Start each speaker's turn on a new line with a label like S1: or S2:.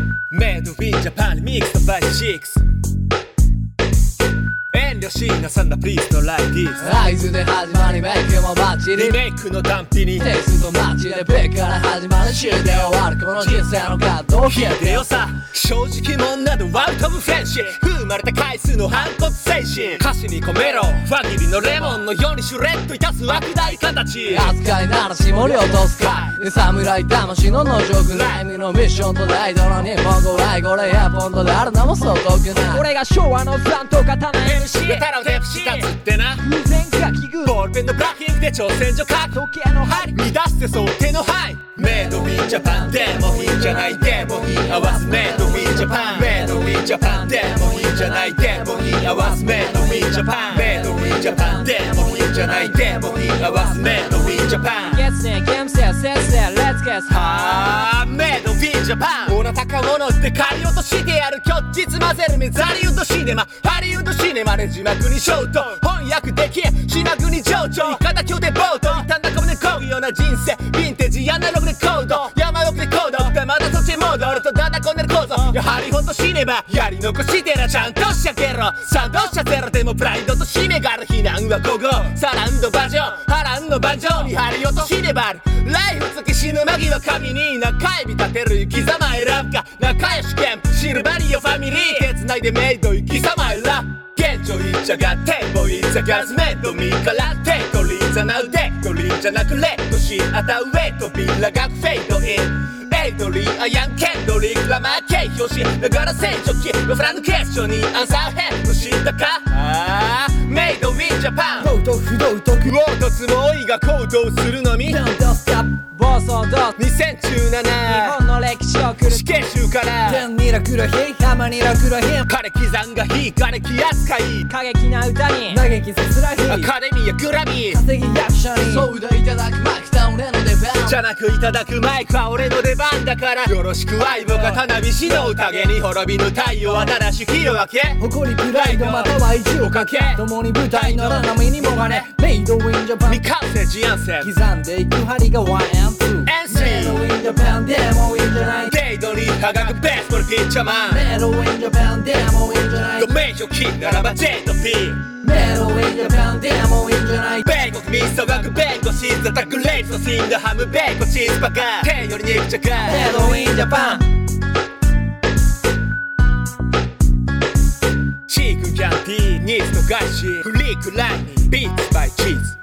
S1: ドフィンジャパンミックストバイシックス遠慮しなさんなプリーストライディス
S2: 合図で始まりメイクもバッチリ
S1: リメイクの断片に
S2: テイストマッチでベッから始まる週で終わるこの人生の葛藤を消えて
S1: で
S2: よ
S1: よさ正直者などワウトムフレンシー生まれた回数の反骨精神歌詞に込めろファギリのレモンのようにシュレッといたす悪大形
S2: 扱いなら絞り落とすかいで侍魂の能力ライムのミッションとライドの日本語ライゴレやポンドである名もそう遠くない
S3: 俺が昭和の残党刀 MC
S1: でたらをテープしたつってな
S3: 偶然か奇遇
S1: ボールペンのブラッキングで挑戦状書く
S3: 時計の針
S1: 乱してそう手の範囲メイドウィンジャパンでもいいんじゃないでもいい合わせメイドウィンジャパンメイドウィンジャパンでもいいんじゃないでもいい合わせメイドウィンジャパンメイドウィンジャパンでもいいんじゃないでもいい合わせメイドウィンジャパン
S3: Yes ね Game せ Sense せ Let's get high
S1: はーメイドウィンジャパンおなたかものって借り落としてやる今日混ぜるメザリウッドシネマハリウッドシネマで字幕にショート翻訳できん字幕に情緒いかだきょでボートいたんだかもねこぐような人生ヴィンテージアナログでコード山奥でコードでまだそっちへモード俺とダダこんでる構造やはりほんとシネマやり残してなちゃんとしゃけろ賛同者ゼロでもプライドと使命がある避難は午後サランドバージョン波乱の万丈に張り落としねばるライフ付き死ぬ間際神に中指立てる生き様選ぶか仲良しキャンプシルバリオファミリー手繋いでメイド生き様選ぶ現状一ゃがテンボイザガズメイドミからテイトリーザナウデトリーじゃなくレッドシーアタウェイトビラがフェイドインエイドリーアヤンケンドリークラマーケイ表紙だから成長期ロフラの決勝にアンサーヘッドしたかあーメイドウィンジャパン
S3: 不動不動と
S1: クオートスのいが行動するのみ
S3: ダウンドスタップ暴走ドス日
S1: 2017
S3: 本の歴史を狂う
S1: 死刑囚から
S3: 天にら黒ひ浜にら黒ひ
S1: 枯れ刻んが非枯れ気扱い
S3: 過激な歌に
S2: 嘆きさすら
S1: ア
S2: ひ
S1: カデミーやグラミー
S3: 稼ぎ役者に
S2: そうでいただくマクタウン俺の出番
S1: じゃなくいただくマイクは俺の出番だからよろしく愛も刀火死の宴に滅びぬ太陽新しき夜明け
S2: 誇りプライドまたは意地をかけ共に舞台なら波にもがねメイドウィンジャパン
S1: 未完成事案戦
S2: 刻んでいく針がワンアンツー
S1: エンスリ
S2: メイドウ
S1: ー
S2: ィンジャパンでもいいんじゃない
S1: デイドに輝くベースボールピッチャーマン
S2: メイドウィンジャパンでもいいんじゃない
S1: ド名誉金ならば J と P
S2: メイドウィンジャパンでもいいんじゃない
S1: 米国民祖学弁護士ザタックレイズのシンドハムベーコンチーズバカ手より肉じゃが
S2: メイドウィンジャパン
S1: チークギャンティーニーズとガシフリークラインビーツバイチーズ